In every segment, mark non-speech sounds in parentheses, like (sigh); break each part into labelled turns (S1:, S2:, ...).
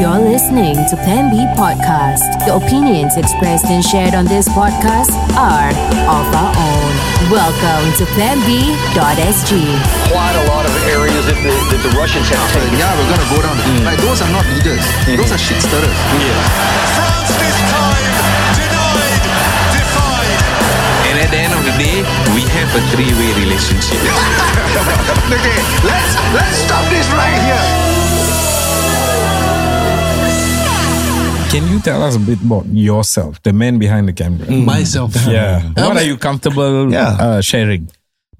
S1: You're listening to Plan B Podcast. The opinions expressed and shared on this podcast are of our own. Welcome to PlanB.sg.
S2: quite a lot of areas that the, that the Russians have taken.
S3: yeah, we're gonna go down.
S4: Mm.
S3: Like those are not leaders. Those are shit stirrers.
S5: France this time denied, defied.
S6: And at the end of the day, we have a three-way relationship.
S3: Okay, let's let's stop this right here.
S7: Can you tell us a bit about yourself, the man behind the camera?
S4: Mm. myself.
S7: Yeah.
S4: Um,
S7: what are you comfortable
S3: Yeah.
S7: uh, sharing?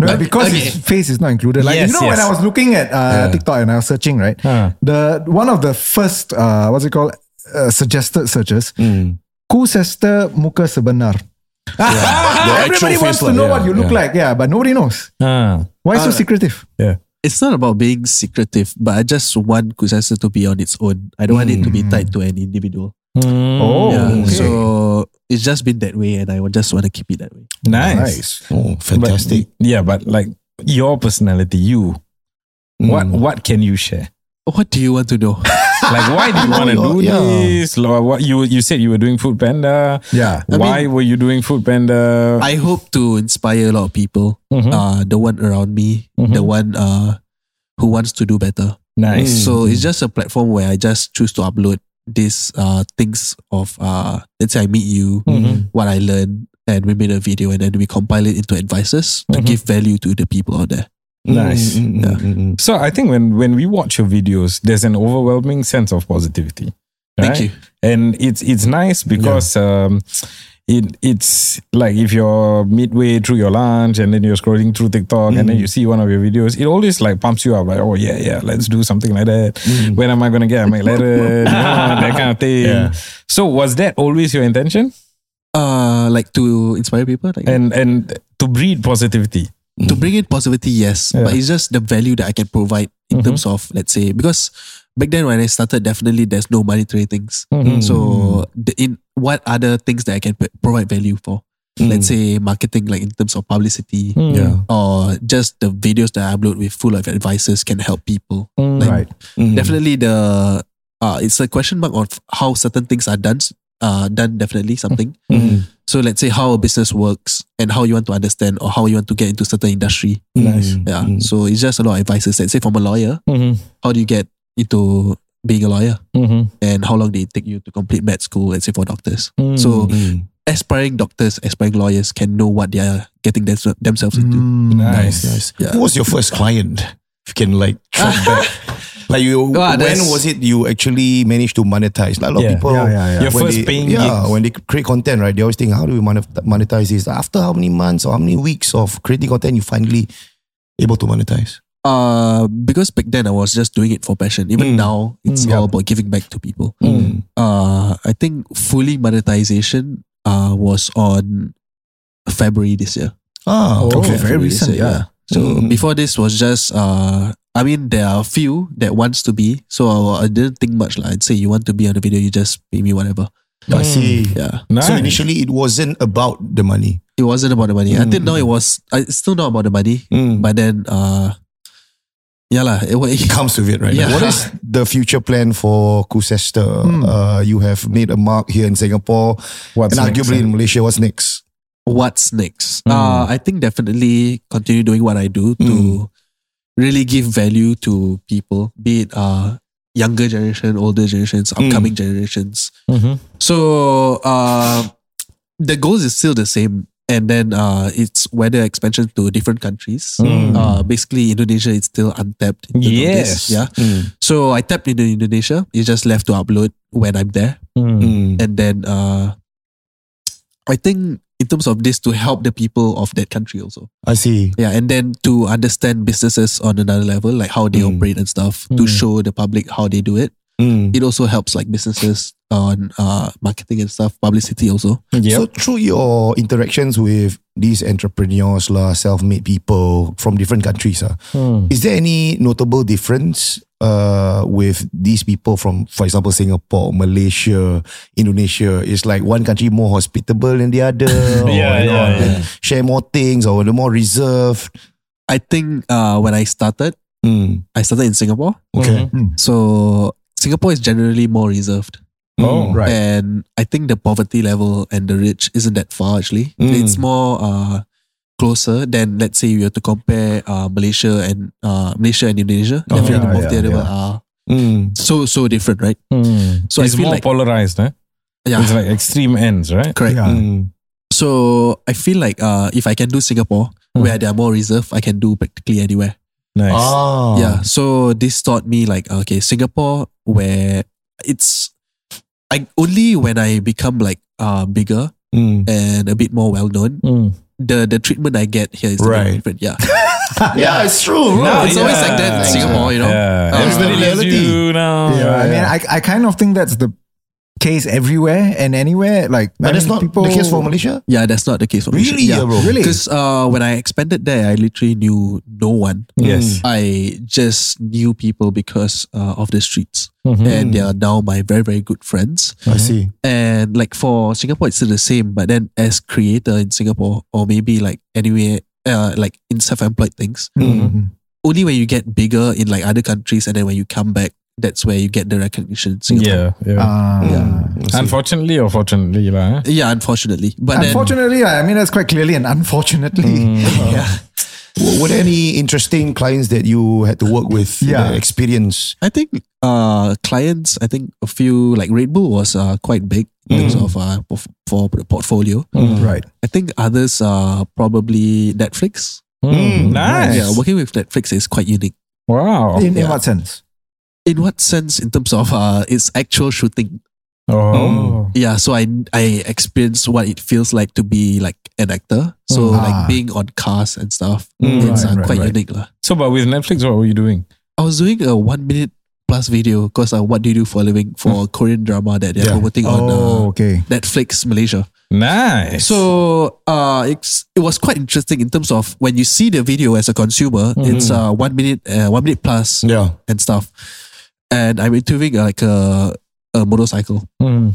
S3: No, because
S4: okay.
S3: his face is not included. Like
S7: Yes,
S3: you know, when
S7: yes.
S3: I was looking at uh, TikTok and I was searching, right?
S7: Ah.
S3: The one of the first uh, what's it called? Uh, suggested searches. Kusester muka sebenar. Everybody wants to know what you look like, yeah, but nobody knows.
S7: Ah,
S3: Why so secretive?
S7: yeah.
S4: It's not about being secretive, but I just want Kusasa to be on its own. I don't want it to
S3: Mm.
S4: be tied to an individual.
S8: Mm.
S7: hmm,
S3: Oh,
S4: yeah.
S3: okay.
S4: So it's just been that way, and I would just want to keep it that way.
S7: nice.
S3: nice.
S8: Oh,
S7: But-
S8: fantastic.
S7: yeah, but like your personality, you.
S8: Mm.
S7: What what can you share?
S4: What do you want to know? (laughs)
S7: Like why do you
S8: (laughs)
S7: want to do
S8: yeah.
S7: this? Like, what you you said you were doing Food Panda.
S3: Yeah.
S4: I
S7: why were you doing Food Panda?
S4: I hope to inspire a lot of people.
S7: Mhm.
S3: Hmm?
S4: Uh, the one around me, the
S3: Mm-hmm.
S4: one uh, who wants to do better.
S7: nice.
S4: So it's just a platform where I just choose to upload these uh, things of uh, let's say I meet you,
S7: Mm-hmm.
S4: what I learn, and we made a video, and then we compile it into advices
S7: Mm-hmm.
S4: to give value to the people out there.
S8: Mm,
S7: Nice.
S8: mm, mm, mm, mm.
S7: So I think when when we watch your videos, there's an overwhelming sense of positivity.
S4: Thank
S7: right?
S4: you.
S7: And it's it's nice because um, it it's like if you're midway through your lunch and then you're scrolling through TikTok and
S3: Mm-hmm.
S7: then you see one of your videos, it always like pumps you up like, oh yeah, yeah, let's do something like that.
S3: Mm-hmm.
S7: When am I gonna get my letter? you
S3: (laughs)
S7: know, that kind of thing. So was that always your intention?
S4: Uh, like to inspire people, like
S7: And and to breed positivity.
S4: to bring in positivity, yes, but it's just the value that I can provide in terms of let's say because back then when I started, definitely there's no monetary things. So the, in what other things that I can p- provide value for? Let's say marketing, like in terms of publicity,
S7: Yeah.
S4: or just the videos that I upload with full of advices can help people. Like,
S3: Right.
S4: Definitely the uh, it's a question mark of how certain things are done. Uh, done definitely something. So let's say how a business works and how you want to understand or how you want to get into certain industry.
S8: Nice.
S4: Yeah. So it's just a lot of advices. Let's say from a lawyer,
S7: Mhm.
S4: how do you get into being a lawyer?
S7: Mhm.
S4: And how long did it take you to complete med school? Let's say for doctors. So
S8: Mm-hmm.
S4: aspiring doctors, aspiring lawyers can know what they are getting themse- themselves into.
S8: Mm-hmm.
S7: Nice.
S8: Nice.
S4: Yeah.
S8: Who was your first client? If you can like
S7: (laughs)
S8: track back. Like you,
S4: Ah,
S8: when
S4: that's-
S8: was it you actually managed to monetize? Like a lot of
S7: Yeah.
S8: people,
S3: Yeah, yeah, yeah.
S7: Your
S8: when
S7: first
S8: they,
S7: paying
S8: yeah,
S7: gigs.
S8: when they create content, right? They always think, how do we monet- monetize this? After how many months or how many weeks of creating content, you finally able to monetize?
S4: Uh, because back then I was just doing it for passion.
S3: Mm.
S4: Even now, it's all about giving back to people. Uh, I think fully monetization uh, was on February this year.
S8: Ah,
S3: Oh,
S8: okay.
S3: very
S4: February this
S3: recent,
S4: year,
S3: yeah.
S4: So
S8: Mm.
S4: before this was just uh, I mean there are a few that wants to be. So I, I didn't think much. Like, I'd say you want to be on the video, you just pay me whatever.
S8: I see.
S4: Yeah.
S8: So
S7: Nice.
S8: initially, it wasn't about the money.
S4: It wasn't about the money.
S3: Mm.
S4: I think now it was. I, it's still not about the money.
S7: Mm.
S4: But then, uh, yeah lah. It, wa- (laughs)
S8: It comes with it, right?
S4: Yeah.
S8: What is the future plan for Kusester? Uh, you have made a mark here in Singapore
S7: Hmm. What's
S8: and
S7: next, eh?
S8: arguably in Malaysia. What's next?
S4: what's next? Uh, I think definitely continue doing what I do to really give value to people, be it uh, younger generation, older generations, upcoming generations.
S7: Mhm.
S4: So uh, the goals is still the same. And then uh, it's whether expansion to different countries. Uh, basically, Indonesia is still untapped. In terms of this,
S7: Yes.
S4: Yeah. So I tapped into Indonesia. It's just left to upload when I'm there
S7: Mm.
S8: Mm.
S4: and then uh, I think in terms of this to help the people of that country also.
S8: I see.
S4: Yeah, and then to understand businesses on another level, like how they
S8: Hmm.
S4: operate and stuff, to show the public how they do it. It also helps like businesses on uh, marketing and stuff, publicity also.
S7: Yep.
S8: So through your interactions with these entrepreneurs lah, self-made people from different countries, ah,
S7: Mm.
S8: is there any notable difference uh, with these people from, for example, Singapore, Malaysia, Indonesia? It's like one country more hospitable than the
S7: (laughs)
S8: other, or,
S7: Yeah,
S8: you know,
S7: yeah,
S8: they share more things, or they're more reserved.
S4: I think uh, when I started,
S8: Mm,
S7: Mm-hmm.
S4: I started in Singapore.
S8: Okay.
S4: So Singapore is generally more reserved.
S8: Mm.
S3: Oh, right.
S4: And I think the poverty level and the rich isn't that far actually.
S3: Mm.
S4: It's more uh, closer than let's say you have to compare uh, Malaysia and uh, Malaysia and Indonesia. Definitely the
S3: yeah,
S4: poverty
S3: yeah,
S4: level
S3: yeah.
S4: are
S8: Mm.
S4: so so different, right? So I
S7: Mm. it's
S4: feel
S7: more
S4: like
S7: polarized, eh?
S4: yeah, Mm,
S7: It's like extreme ends, right?
S4: correct.
S3: Yeah.
S4: So I feel like uh, if I can do Singapore
S3: Hmm.
S4: where they are more reserved, I can do practically anywhere.
S7: Nice.
S8: Ah.
S4: Yeah. So this taught me like okay, Singapore where it's I only when I become like uh bigger
S8: Mm.
S4: and a bit more well known,
S7: Mm.
S4: the the treatment I get here is a bit
S8: Right.
S4: different. Yeah.
S8: Yeah, it's true. bro.
S4: it's always like that in
S8: Yeah.
S4: Singapore, you know.
S7: Yeah.
S4: Uh,
S7: Everybody
S8: it's the
S7: loves
S8: reality.
S7: you now.
S3: yeah, I mean, I, I kind of think that's the case everywhere and anywhere. Like, I
S8: But that's
S3: mean,
S8: not
S3: people,
S8: the case for Malaysia.
S4: Yeah, that's not the case for me.
S8: Really?
S4: Yeah.
S8: Yeah, bro.
S3: Really?
S4: Because uh, when I expanded there, I literally knew no one. Mm.
S7: Yes.
S4: I just knew people because uh, of the streets,
S8: Mm-hmm.
S7: Mhm.
S4: and they are now my very very good friends.
S8: I see.
S4: And like for Singapore, it's still the same. But then as creator in Singapore, or maybe like anyway, uh, like in self employed things, only when you get bigger in like other countries, and then when you come back, that's where you get the recognition. In Singapore.
S7: Yeah. Yeah.
S3: Ah.
S7: Unfortunately or fortunately, lah. eh?
S4: Yeah, unfortunately. But then,
S3: Unfortunately, I mean that's quite clearly and unfortunately.
S8: W- Were there any interesting clients that you had to work with?
S3: Yeah.
S8: that experience.
S4: I think uh clients, I think a few like Red Bull was uh quite big in terms of uh porf- for the portfolio.
S3: Right.
S4: I think others are probably Netflix.
S7: Mm, nice.
S4: Yeah, working with Netflix is quite unique.
S7: Wow.
S3: In, in
S4: yeah.
S3: what sense?
S4: In what sense? In terms of uh its actual shooting.
S7: Oh.
S4: Yeah, so I I experienced what it feels like to be like an actor. So
S3: Ah.
S4: like being on cars and stuff.
S7: Mm,
S4: it's
S3: right,
S4: uh,
S3: right,
S4: quite
S3: right.
S4: unique. lah.
S7: So, but with Netflix, what were you doing?
S4: I was doing a one minute plus video because uh, what do you do for a living for a Korean drama that they're
S8: Yeah.
S4: promoting
S3: Mm. Oh,
S4: on uh,
S3: okay.
S4: Netflix Malaysia.
S7: Nice.
S4: So uh, it's it was quite interesting in terms of when you see the video as a consumer, it's uh one minute, uh, one minute plus
S8: Yeah.
S4: and stuff. And I'm interviewing uh, like a, a motorcycle.
S7: Mm.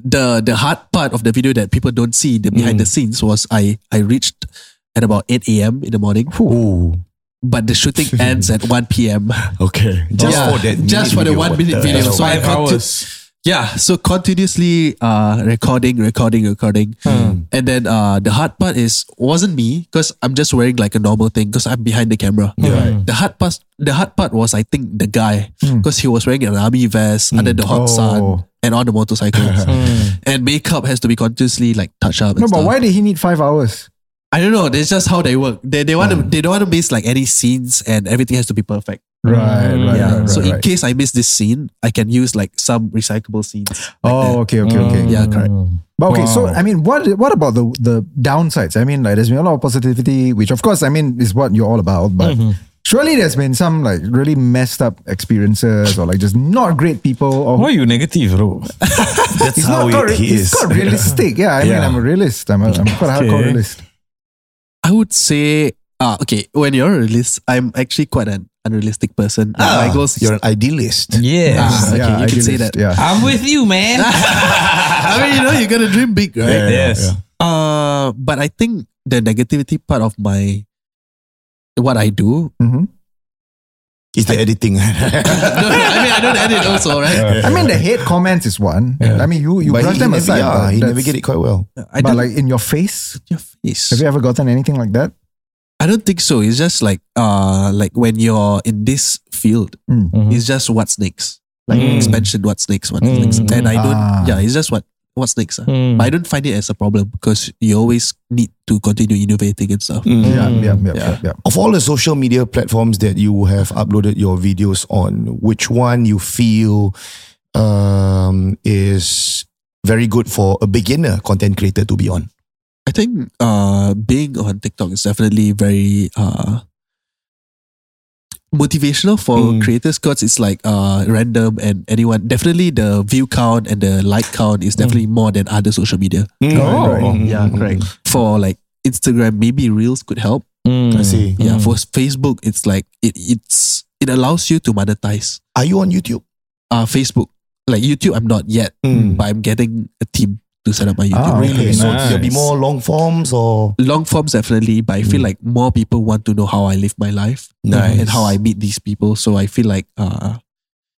S4: The the hard part of the video that people don't see the behind the scenes was I I reached at about eight a.m. in the morning,
S8: Ooh.
S4: but the shooting ends at one p.m.
S8: Okay. Just
S4: Yeah,
S8: for that.
S4: just
S8: minute
S4: for the
S8: video,
S4: one
S8: what
S4: minute
S8: the
S4: video.
S8: hell?
S4: So I
S7: Five
S4: conti- yeah, so continuously uh, recording, recording, recording,
S3: Hmm.
S4: and then uh, the hard part is wasn't me because I'm just wearing like a normal thing because I'm behind the camera.
S8: Yeah.
S4: The hard part, the hard part was I think the guy because he was wearing an army vest under the hot sun
S3: Hmm. Oh. Hmm.
S4: and on the
S3: (laughs)
S4: motorcycles, and makeup has to be continuously like touch up. And
S3: No, but
S4: stuff.
S3: why did he need five hours?
S4: I don't know. That's just how they work. They they
S3: Hmm.
S4: want to they don't want to miss like any scenes and everything has to be perfect.
S3: Right, right,
S4: yeah.
S3: right,
S4: so
S3: right,
S4: in
S3: right.
S4: case I miss this scene, I can use like some recyclable scenes. like that.
S3: Oh, okay, okay, okay.
S4: Yeah, correct.
S3: But okay, so
S7: Wow.
S3: I mean, what what about the the downsides? I mean, like there's been a lot of positivity, which of course, I mean, is what you're all about. But surely there's been some like really messed up experiences, or like just not great people, or
S7: Why are you negative, bro?
S8: That's
S3: He's
S8: how
S3: not
S8: it,
S3: quite,
S8: he
S3: he's
S8: is.
S3: quite realistic. Yeah, I mean,
S8: Yeah.
S3: I'm a realist. I'm, a, I'm quite a hardcore
S7: Okay.
S3: realist.
S4: I would say, uh, okay, when you're a realist, I'm actually quite an unrealistic person. Like,
S8: (laughs) Ah,
S4: my goals,
S8: You're an idealist.
S7: Yes.
S4: Ah, okay,
S3: yeah,
S4: you can say
S3: idealist,
S4: that.
S3: Yeah.
S7: I'm with you, man.
S4: I mean, you know, you gotta dream big, right?
S7: yes.
S4: Uh, but I think the negativity part of my what I do. (laughs)
S3: Mhm.
S8: It's the (laughs) editing.
S4: no, no, I mean, I don't edit also, right?
S3: I mean, the hate comments is one. I mean, you you
S8: But he
S3: brush them
S8: navi-
S3: aside.
S8: yeah,
S3: but
S8: he
S3: that's-
S8: navigated quite well.
S4: I
S3: but
S4: don't
S3: like in your face,
S4: your face.
S3: have you ever gotten anything like that?
S4: I don't think so. It's just like uh like when you're in this field,
S3: Mm.
S4: it's just what's next. Like
S7: Mm-hmm. Mm.
S4: expansion, what's next, what's
S7: Mm.
S4: next. And I don't
S3: Ah.
S4: yeah, it's just what what's next. ah.
S7: Mm.
S4: But I don't find it as a problem because you always need to continue innovating and stuff.
S3: Yeah,
S7: Mm.
S3: yeah, yeah, yeah, yeah.
S8: Of all the social media platforms that you have uploaded your videos on, which one you feel um, is very good for a beginner content creator to be on?
S4: I think uh being on TikTok is definitely very uh motivational for creators because it's like uh random and anyone definitely the view count and the like count is definitely more than other social media.
S7: Oh.
S4: Mm. Yeah, correct. For like Instagram, maybe Reels could help.
S7: Oh.
S8: I see.
S4: Mm. Yeah, for Facebook, it's like it it's it allows you to monetize.
S8: Are you on YouTube?
S4: Uh, Facebook, like YouTube, I'm not yet, but I'm getting a team to set up my YouTube.
S3: Ah,
S8: Really?
S3: okay.
S8: So
S7: nice.
S8: there'll be more long forms or
S4: Long forms definitely, but I feel like more people want to know how I live my life
S8: Nice.
S4: and how I meet these people. So I feel like uh,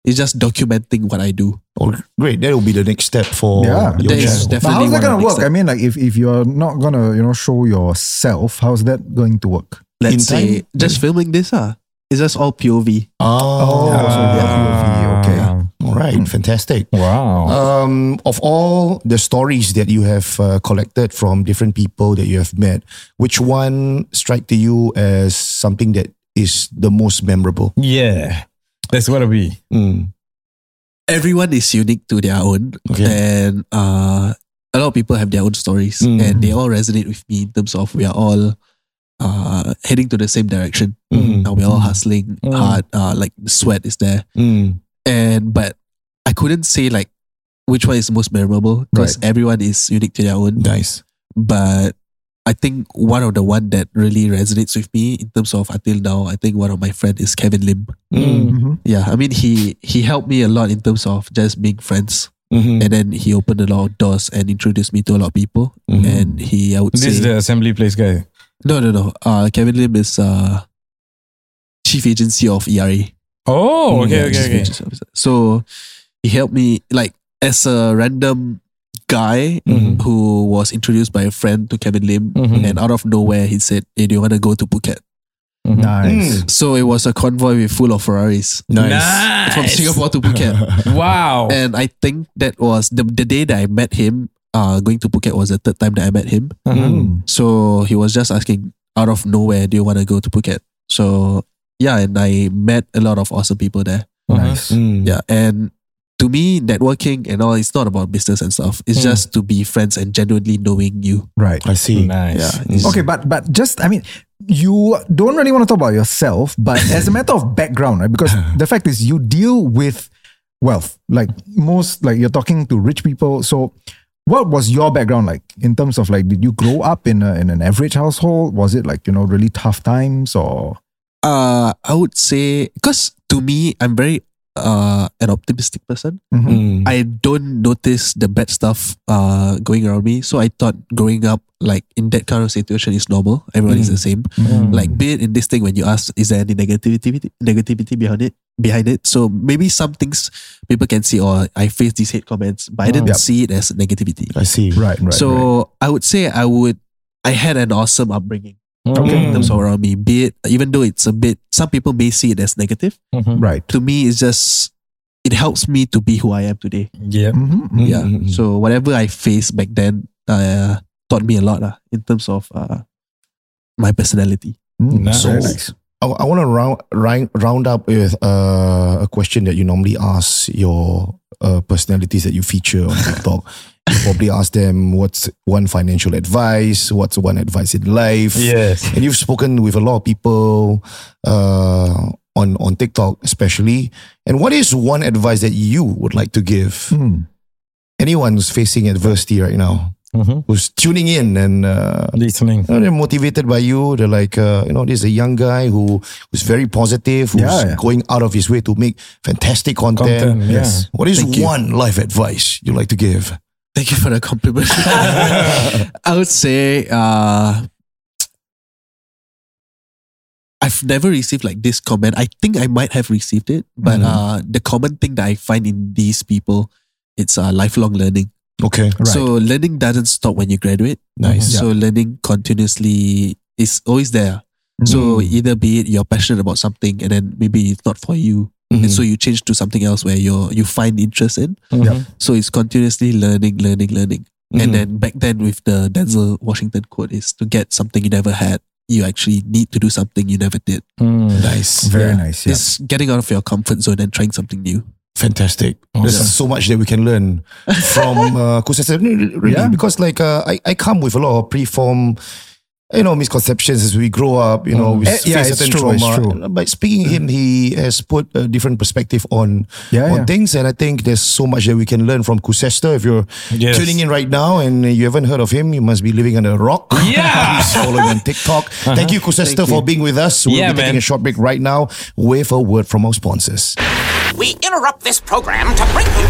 S4: It's just documenting what I do.
S8: Oh, great. That will be the next step for
S3: Yeah.
S8: your
S4: That is
S8: channel.
S3: But
S4: definitely
S3: how's
S4: one
S3: that
S4: of
S3: gonna
S4: the
S3: work?
S4: next
S3: I
S4: step.
S3: mean, like if, if you're not gonna, you know, show yourself, how's that going to work?
S4: Let's
S8: In
S4: say
S8: time?
S4: just filming this, ah. It's just all POV.
S7: Hmm.
S8: Oh,
S3: so yeah, POV, okay.
S8: all right. Fantastic.
S7: Ah. Wow.
S8: Um, of all the stories that you have uh, collected from different people that you have met, which one strike to you as something that is the most memorable?
S7: yeah. That's what it be.
S4: Mm. everyone is unique to their own
S8: Okay.
S4: and uh, a lot of people have their own stories
S8: Mm.
S4: and they all resonate with me in terms of we are all uh, heading to the same direction
S8: Mm.
S4: now we're all hustling hard uh, like the sweat is there and but I couldn't say like which one is most memorable because everyone is unique to their own
S8: Nice.
S4: but I think one of the one that really resonates with me in terms of until now I think one of my friend is Kevin Lim
S3: Mhm.
S4: yeah, I mean he he helped me a lot in terms of just being friends, and then he opened a lot of doors and introduced me to a lot of people. And he, I would
S7: Mm-hmm. This is
S4: say,
S7: the assembly place guy.
S4: no, no, no. Uh, Kevin Lim is uh, chief agency of ERA.
S7: Oh,
S4: Yeah,
S7: okay,
S4: chief
S7: okay, okay.
S4: agency officer. So he helped me like as a random guy
S7: Mm-hmm.
S4: who was introduced by a friend to Kevin Lim,
S7: Mhm.
S4: and out of nowhere he said, "Hey, do you want to go to Phuket?"
S3: Mm-hmm.
S4: Mm.
S3: Nice.
S4: So it was a convoy with full of Ferraris
S7: Nice.
S4: from Singapore to Phuket.
S7: Wow.
S4: (laughs) And I think that was the, the day that I met him, uh, going to Phuket was the third time that I met him. mm-hmm.
S3: Mm.
S4: So he was just asking out of nowhere, do you want to go to Phuket? So yeah, and I met a lot of awesome people there.
S3: Nice.
S7: Mm.
S4: Mm. Yeah. And to me, networking and all, it's not about business and stuff. It's just to be friends and genuinely knowing you.
S3: Right.
S8: I see.
S7: Nice.
S4: Yeah. it's-
S3: Okay, but but just I mean, you don't really want to talk about yourself, but
S4: (laughs)
S3: as a matter of background, right? Because the fact is, you deal with wealth, like most, like you're talking to rich people. So, what was your background like in terms of like, did you grow up in a, in an average household? Was it like you know really tough times or
S4: Uh, I would say, because to me, I'm very uh, an optimistic person.
S3: Mm-hmm.
S4: I don't notice the bad stuff uh, going around me. So I thought growing up, like in that kind of situation, is normal. Everyone is the
S3: Mm.
S4: same. Like be it in this thing when you ask, is there any negativity negativity behind it? Behind it, so maybe some things people can see, or I face these hate comments, but I didn't
S3: Yep.
S4: see it as negativity.
S8: I see.
S3: right? Right. right.
S4: so I would say I would, I had an awesome upbringing
S3: Mm-hmm.
S4: in terms of around me. Be it even though it's a bit, some people may see it as negative.
S3: right.
S4: To me, it's just it helps me to be who I am today.
S7: Yeah.
S3: Mhm.
S4: Yeah. So whatever I faced back then uh, taught me a lot uh, in terms of uh, my personality.
S3: Mm.
S7: Nice.
S3: Very nice.
S8: I, I want to round, round round up with uh, a question that you normally ask your uh, personalities that you feature on TikTok. you probably ask them what's one financial advice, what's one advice in life.
S7: Yes.
S8: And you've spoken with a lot of people uh, on on TikTok, especially. And what is one advice that you would like to give
S3: Mm.
S8: anyone who's facing adversity right now,
S7: Mhm.
S3: Mm-hmm.
S8: who's tuning in and uh,
S7: Listening.
S8: you know, they're motivated by you. They're like, uh, you know, there's a young guy who who's very positive, who's
S3: Yeah, yeah.
S8: going out of his way to make fantastic content.
S7: Content. Yeah.
S3: Yes.
S8: What is
S4: Thank you.
S8: one life advice you like to give?
S4: Thank you for the
S3: (laughs)
S4: compliment. I would say uh, I've never received like this comment. I think I might have received it, but
S3: Mm-hmm.
S4: uh, the common thing that I find in these people, it's uh, lifelong learning.
S8: Okay,
S3: Right. Mm-hmm.
S4: So learning doesn't stop when you graduate.
S8: Nice.
S4: So learning continuously is always there.
S3: Mm.
S4: So
S8: Mm-hmm.
S4: either be it you're passionate about something and then maybe it's not for you.
S8: Mm-hmm.
S4: And so you change to something else where you're you find interest in.
S3: Yeah.
S4: So it's continuously learning, learning, learning.
S8: Mm-hmm.
S4: And then back then with the Denzel Washington quote is to get something you never had, you actually need to do something you never did.
S3: Mm-hmm.
S8: nice,
S3: Very nice. Yeah.
S4: It's getting out of your comfort zone and trying something new.
S8: fantastic. There's so much that we can learn
S3: (laughs)
S8: from uh, Kusasa. Really,
S3: Yeah.
S8: because like uh, I, I come with a lot of preform. You know misconceptions as we grow up. You know, we
S3: Eh, yeah,
S8: face
S3: it's
S8: certain
S3: true, it's
S8: trauma.
S3: true.
S8: By speaking him, he has put a different perspective on
S3: Yeah,
S8: on
S3: yeah.
S8: things, and I think there's so much that we can learn from Kusesta. If you're
S7: Yes.
S8: tuning in right now and you haven't heard of him, you must be living under a rock.
S7: Yeah.
S8: (laughs) Please follow him on TikTok.
S3: Uh-huh.
S8: Thank you, Kusesta, for being with us. We'll
S7: Yeah,
S8: be taking
S7: man.
S8: a short break right now with a word from our sponsors.
S9: We interrupt this program to bring you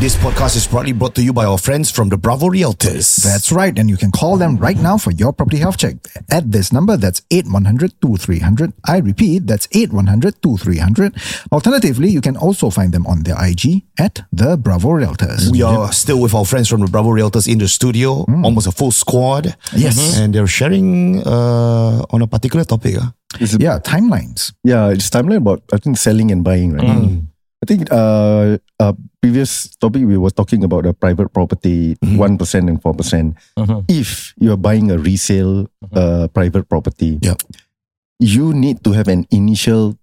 S8: This podcast is proudly brought to you by our friends from the Bravo Realtors.
S3: That's right, and you can call them right now for your property health check at this number. That's 8100 2300. I repeat, that's 8100 2300. Alternatively, you can also find them on their IG at the Bravo Realtors.
S8: we are still with our friends from the Bravo Realtors in the studio, almost a full squad. Mm-hmm.
S3: Yes. Mhm.
S8: Mm. and they're sharing uh, on a particular topic. ah.
S3: yeah, timelines.
S10: Yeah, it's timeline about I think selling and buying, right? I think uh, uh previous topic we were talking about the private property one and four percent. If you are buying a resale uh private property,
S8: Yeah.
S10: you need to have an initial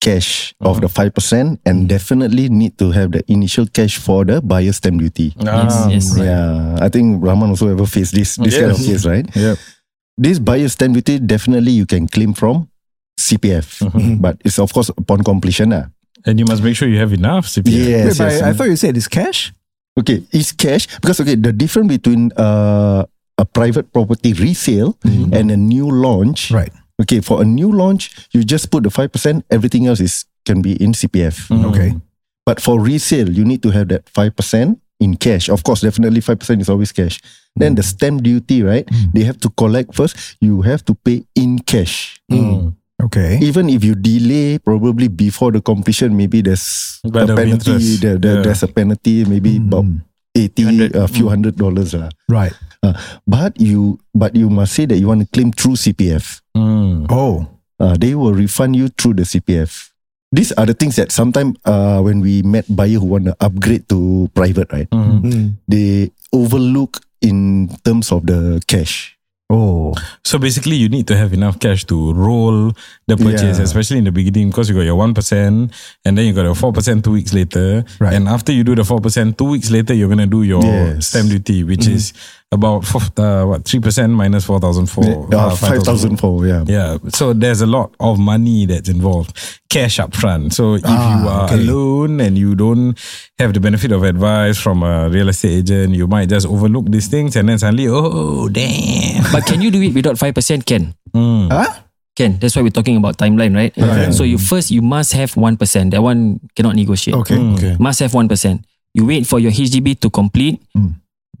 S10: cash of the five percent, and definitely need to have the initial cash for the buyer stamp duty.
S7: Ah,
S11: yes.
S7: right.
S10: Yeah, I think Rahman also ever faced this this kind of case,
S7: Yes.
S10: right?
S7: Yep.
S10: This buyer stamp duty definitely you can claim from CPF, (laughs) but it's of course upon completion, lah.
S7: And you must make sure you have enough CPF.
S10: Yes,
S3: Wait, but
S10: yes.
S3: I, I thought you said it's cash.
S10: okay, it's cash because okay, the difference between uh, a private property resale and a new launch.
S3: Right.
S10: Okay, for a new launch, you just put the five percent. Everything else is can be in CPF.
S3: Mm. Okay.
S10: But for resale, you need to have that five percent in cash. Of course, definitely five percent is always cash. Then the stamp duty, right? They have to collect first. You have to pay in cash.
S3: Okay.
S10: Even if you delay, probably before the completion, maybe there's
S7: By
S10: a
S7: the
S10: penalty.
S7: interest.
S10: There, there-
S7: Yeah.
S10: There's a penalty, maybe about eighty, a few hundred dollars lah.
S3: Right.
S10: Uh, but you, but you must say that you want to claim through CPF.
S7: Mm.
S3: Oh.
S10: Uh, they will refund you through the CPF. These are the things that sometimes uh, when we met buyer who want to upgrade to private, right?
S11: Hmm.
S10: Hmm.
S7: Mm.
S10: They overlook in terms of the cash.
S3: Oh.
S7: So basically, you need to have enough cash to roll the purchase,
S10: Yeah.
S7: especially in the beginning, because you got your one percent, and then you got your four percent two weeks later,
S3: Right.
S7: and after you do the four percent two weeks later, you're gonna do your
S10: Yes. Mm-hmm.
S7: stamp duty, which is about four, uh, what three percent minus four Oh, thousand four,
S10: Uh, Five thousand four, yeah.
S7: Yeah, so there's a lot of money that's involved, cash up front. So if
S10: Ah,
S7: you are alone and you don't have the benefit of advice from a real estate agent, you might just overlook these things, and then suddenly, oh damn.
S11: But can you do it without 5%? Can.
S3: Huh?
S11: Can. That's why we're talking about timeline, right? So you first, you must have 1%. That one cannot negotiate.
S3: Okay.
S8: Okay.
S11: Must have 1%. You wait for your HDB to complete,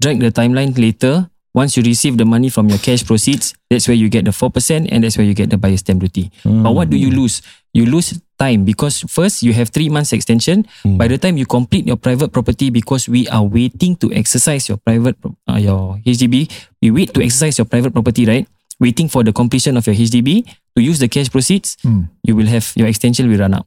S11: drag the timeline later. Once you receive the money from your cash proceeds, that's where you get the 4% and that's where you get the buyer stamp duty. But what do you lose? You lose time because first you have three months extension. By the time you complete your private property, because we are waiting to exercise your private, uh, your HDB, we wait to exercise your private property, right? Waiting for the completion of your HDB to use the cash proceeds, you will have your extension will run out.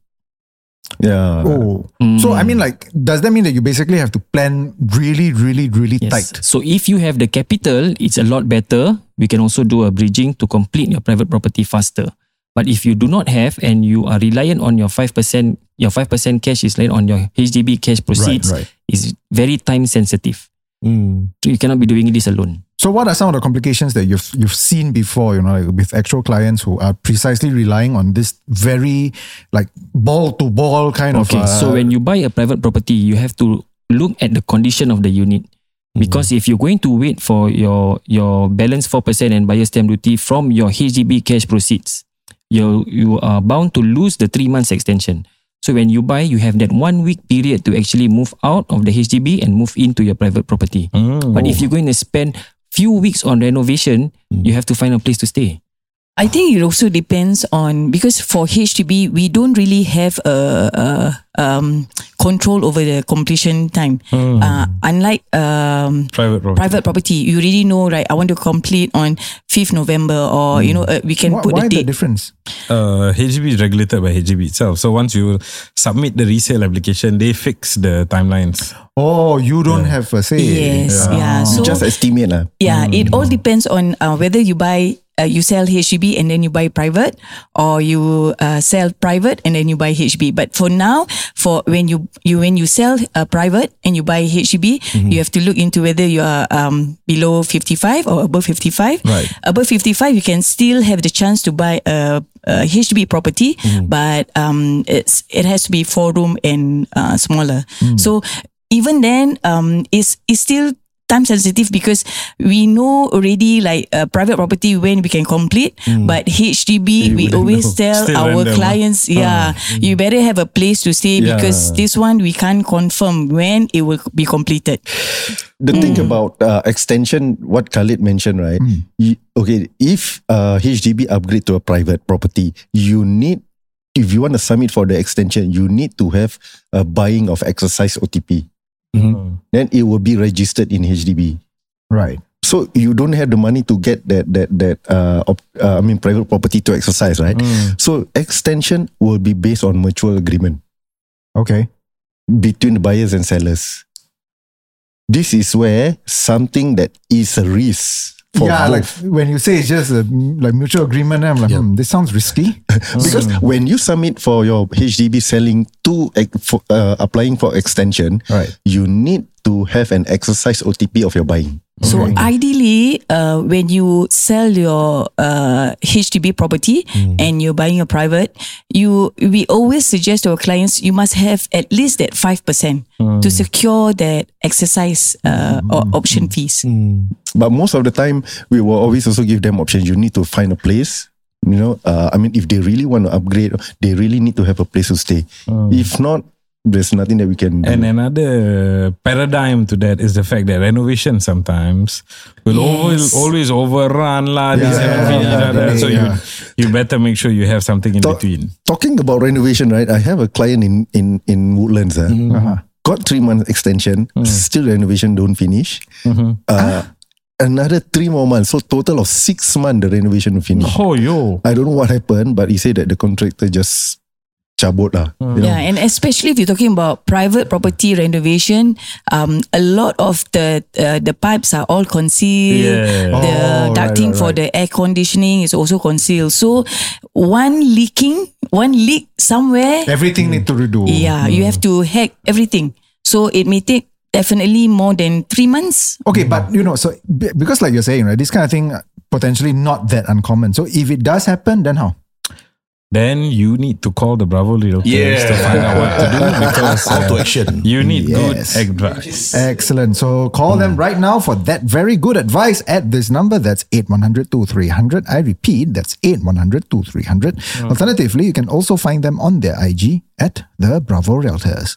S10: Yeah.
S3: Oh. So I mean, like, does that mean that you basically have to plan really, really, really tight?
S11: So if you have the capital, it's a lot better. We can also do a bridging to complete your private property faster. But if you do not have and you are reliant on your five percent, your five percent cash is laid on your HDB cash proceeds
S3: right. Hmm.
S11: is very time sensitive. So you cannot be doing this alone.
S3: So what are some of the complications that you've you've seen before, you know, like with actual clients who are precisely relying on this very like ball to ball kind
S11: Okay.
S3: of uh,
S11: so when you buy a private property, you have to look at the condition of the unit.
S3: Mm-hmm.
S11: Because if you're going to wait for your your balance four percent and buyer stamp duty from your HDB cash proceeds, you you are bound to lose the three months extension. So when you buy, you have that one week period to actually move out of the HDB and move into your private property.
S7: Mm-hmm.
S11: But if you're going to spend few weeks on renovation, you have to find a place to stay.
S12: I think it also depends on because for HDB we don't really have a, a um, control over the completion time. Uh, unlike um,
S7: Private property.
S12: private property, you really know right. I want to complete on fifth November, or you know uh, we can
S3: why,
S12: put
S3: why
S12: the
S3: the
S12: date.
S3: difference?
S7: uh, HDB is regulated by HDB itself. So once you submit the resale application, they fix the timelines. Ah,
S3: Oh, you don't have a say.
S12: yes, yeah. So
S10: Just estimate lah.
S12: yeah, it all depends on uh, whether you buy. Uh, you sell HDB and then you buy private, or you uh, sell private and then you buy HDB. But for now, for when you you when you sell uh, private and you buy HDB, you have to look into whether you are um, below fifty five or above fifty five.
S7: Right.
S12: Above fifty five, you can still have the chance to buy a, a HDB property,
S7: Mm.
S12: but um, it's it has to be
S7: Mm.
S12: four room and uh, smaller. So even then, um, it's it's still
S11: time sensitive because we know already like uh, private property when we can complete, but HDB we
S7: Mm. wouldn't
S11: always
S7: know. (laughs)
S11: tell
S7: Still
S11: our
S7: random, huh? Mm.
S11: clients, yeah, you better have a place to stay
S8: Yeah.
S11: because this one we can't confirm when it will be completed.
S8: the thing about uh, extension, what Khalid mentioned, right?
S4: Mm.
S8: You- okay, if uh, HDB upgrade to a private property, you need, if you want to submit for the extension, you need to have a buying of exercise OTP.
S7: Mm-hmm.
S8: Then it will be registered in HDB.
S3: Right.
S8: So you don't have the money to get that that that uh, op, uh I mean private property to exercise, right?
S7: Mm.
S8: So extension will be based on mutual agreement
S3: Okay.
S8: between the buyers and sellers. This is where something that is a risk for
S3: yeah, Ah, like
S8: both.
S3: when you say it's just a mm, like mutual agreement, I'm like, hmm, this sounds risky.
S8: because when you submit for your HDB selling to ex- for, uh, applying for extension,
S3: Right.
S8: you need to have an exercise OTP of your buying.
S11: So ideally, uh, when you sell your uh, HDB property and you're buying a private, you we always suggest to our clients you must have at least that five percent to secure that exercise uh, or option fees.
S8: But most of the time, we will always also give them options. You need to find a place. You know, uh, I mean, if they really want to upgrade, they really need to have a place to stay. If not, there's nothing that we can do.
S7: And another paradigm to that is the fact that renovation sometimes will always
S11: Yes.
S7: always overrun lah. this
S3: Yeah,
S7: haven't finished,
S3: yeah,
S7: lah, that.
S3: yeah,
S7: so
S3: yeah.
S7: you you better make sure you have something in
S8: Talk-
S7: between.
S8: Talking about renovation, right? I have a client in in in Woodlands. ah. Got three months extension, still renovation don't finish. Uh, Another three more months, so total of six months the renovation will finish.
S7: Oh yo.
S8: I don't know what happened, but he said that the contractor just cabut lah. you know.
S11: Hmm. Yeah, and especially if you're talking about private property renovation, um, a lot of the uh, the pipes are all concealed.
S7: Yeah.
S11: The
S3: Oh, right,
S11: ducting
S3: right,
S11: for
S3: right.
S11: the air conditioning is also concealed. So one leaking, one leak somewhere,
S3: Everything need to redo.
S11: yeah, you
S8: Hmm.
S11: have to hack everything. So it may take definitely more than three months.
S3: Okay, but you know, so be- because like you're saying, right, this kind of thing uh, potentially not that uncommon. So if it does happen, then how?
S7: Then you need to call the Bravo Little Kids
S13: Yeah.
S7: to find out what to do because
S14: Call to
S7: uh,
S14: action.
S7: you need
S3: Yes.
S7: good advice.
S3: Excellent. So call them right now for that very good advice at this number. That's 8100 2300. I repeat, that's 8100 2300. Alternatively, you can also find them on their IG at the Bravo Realtors.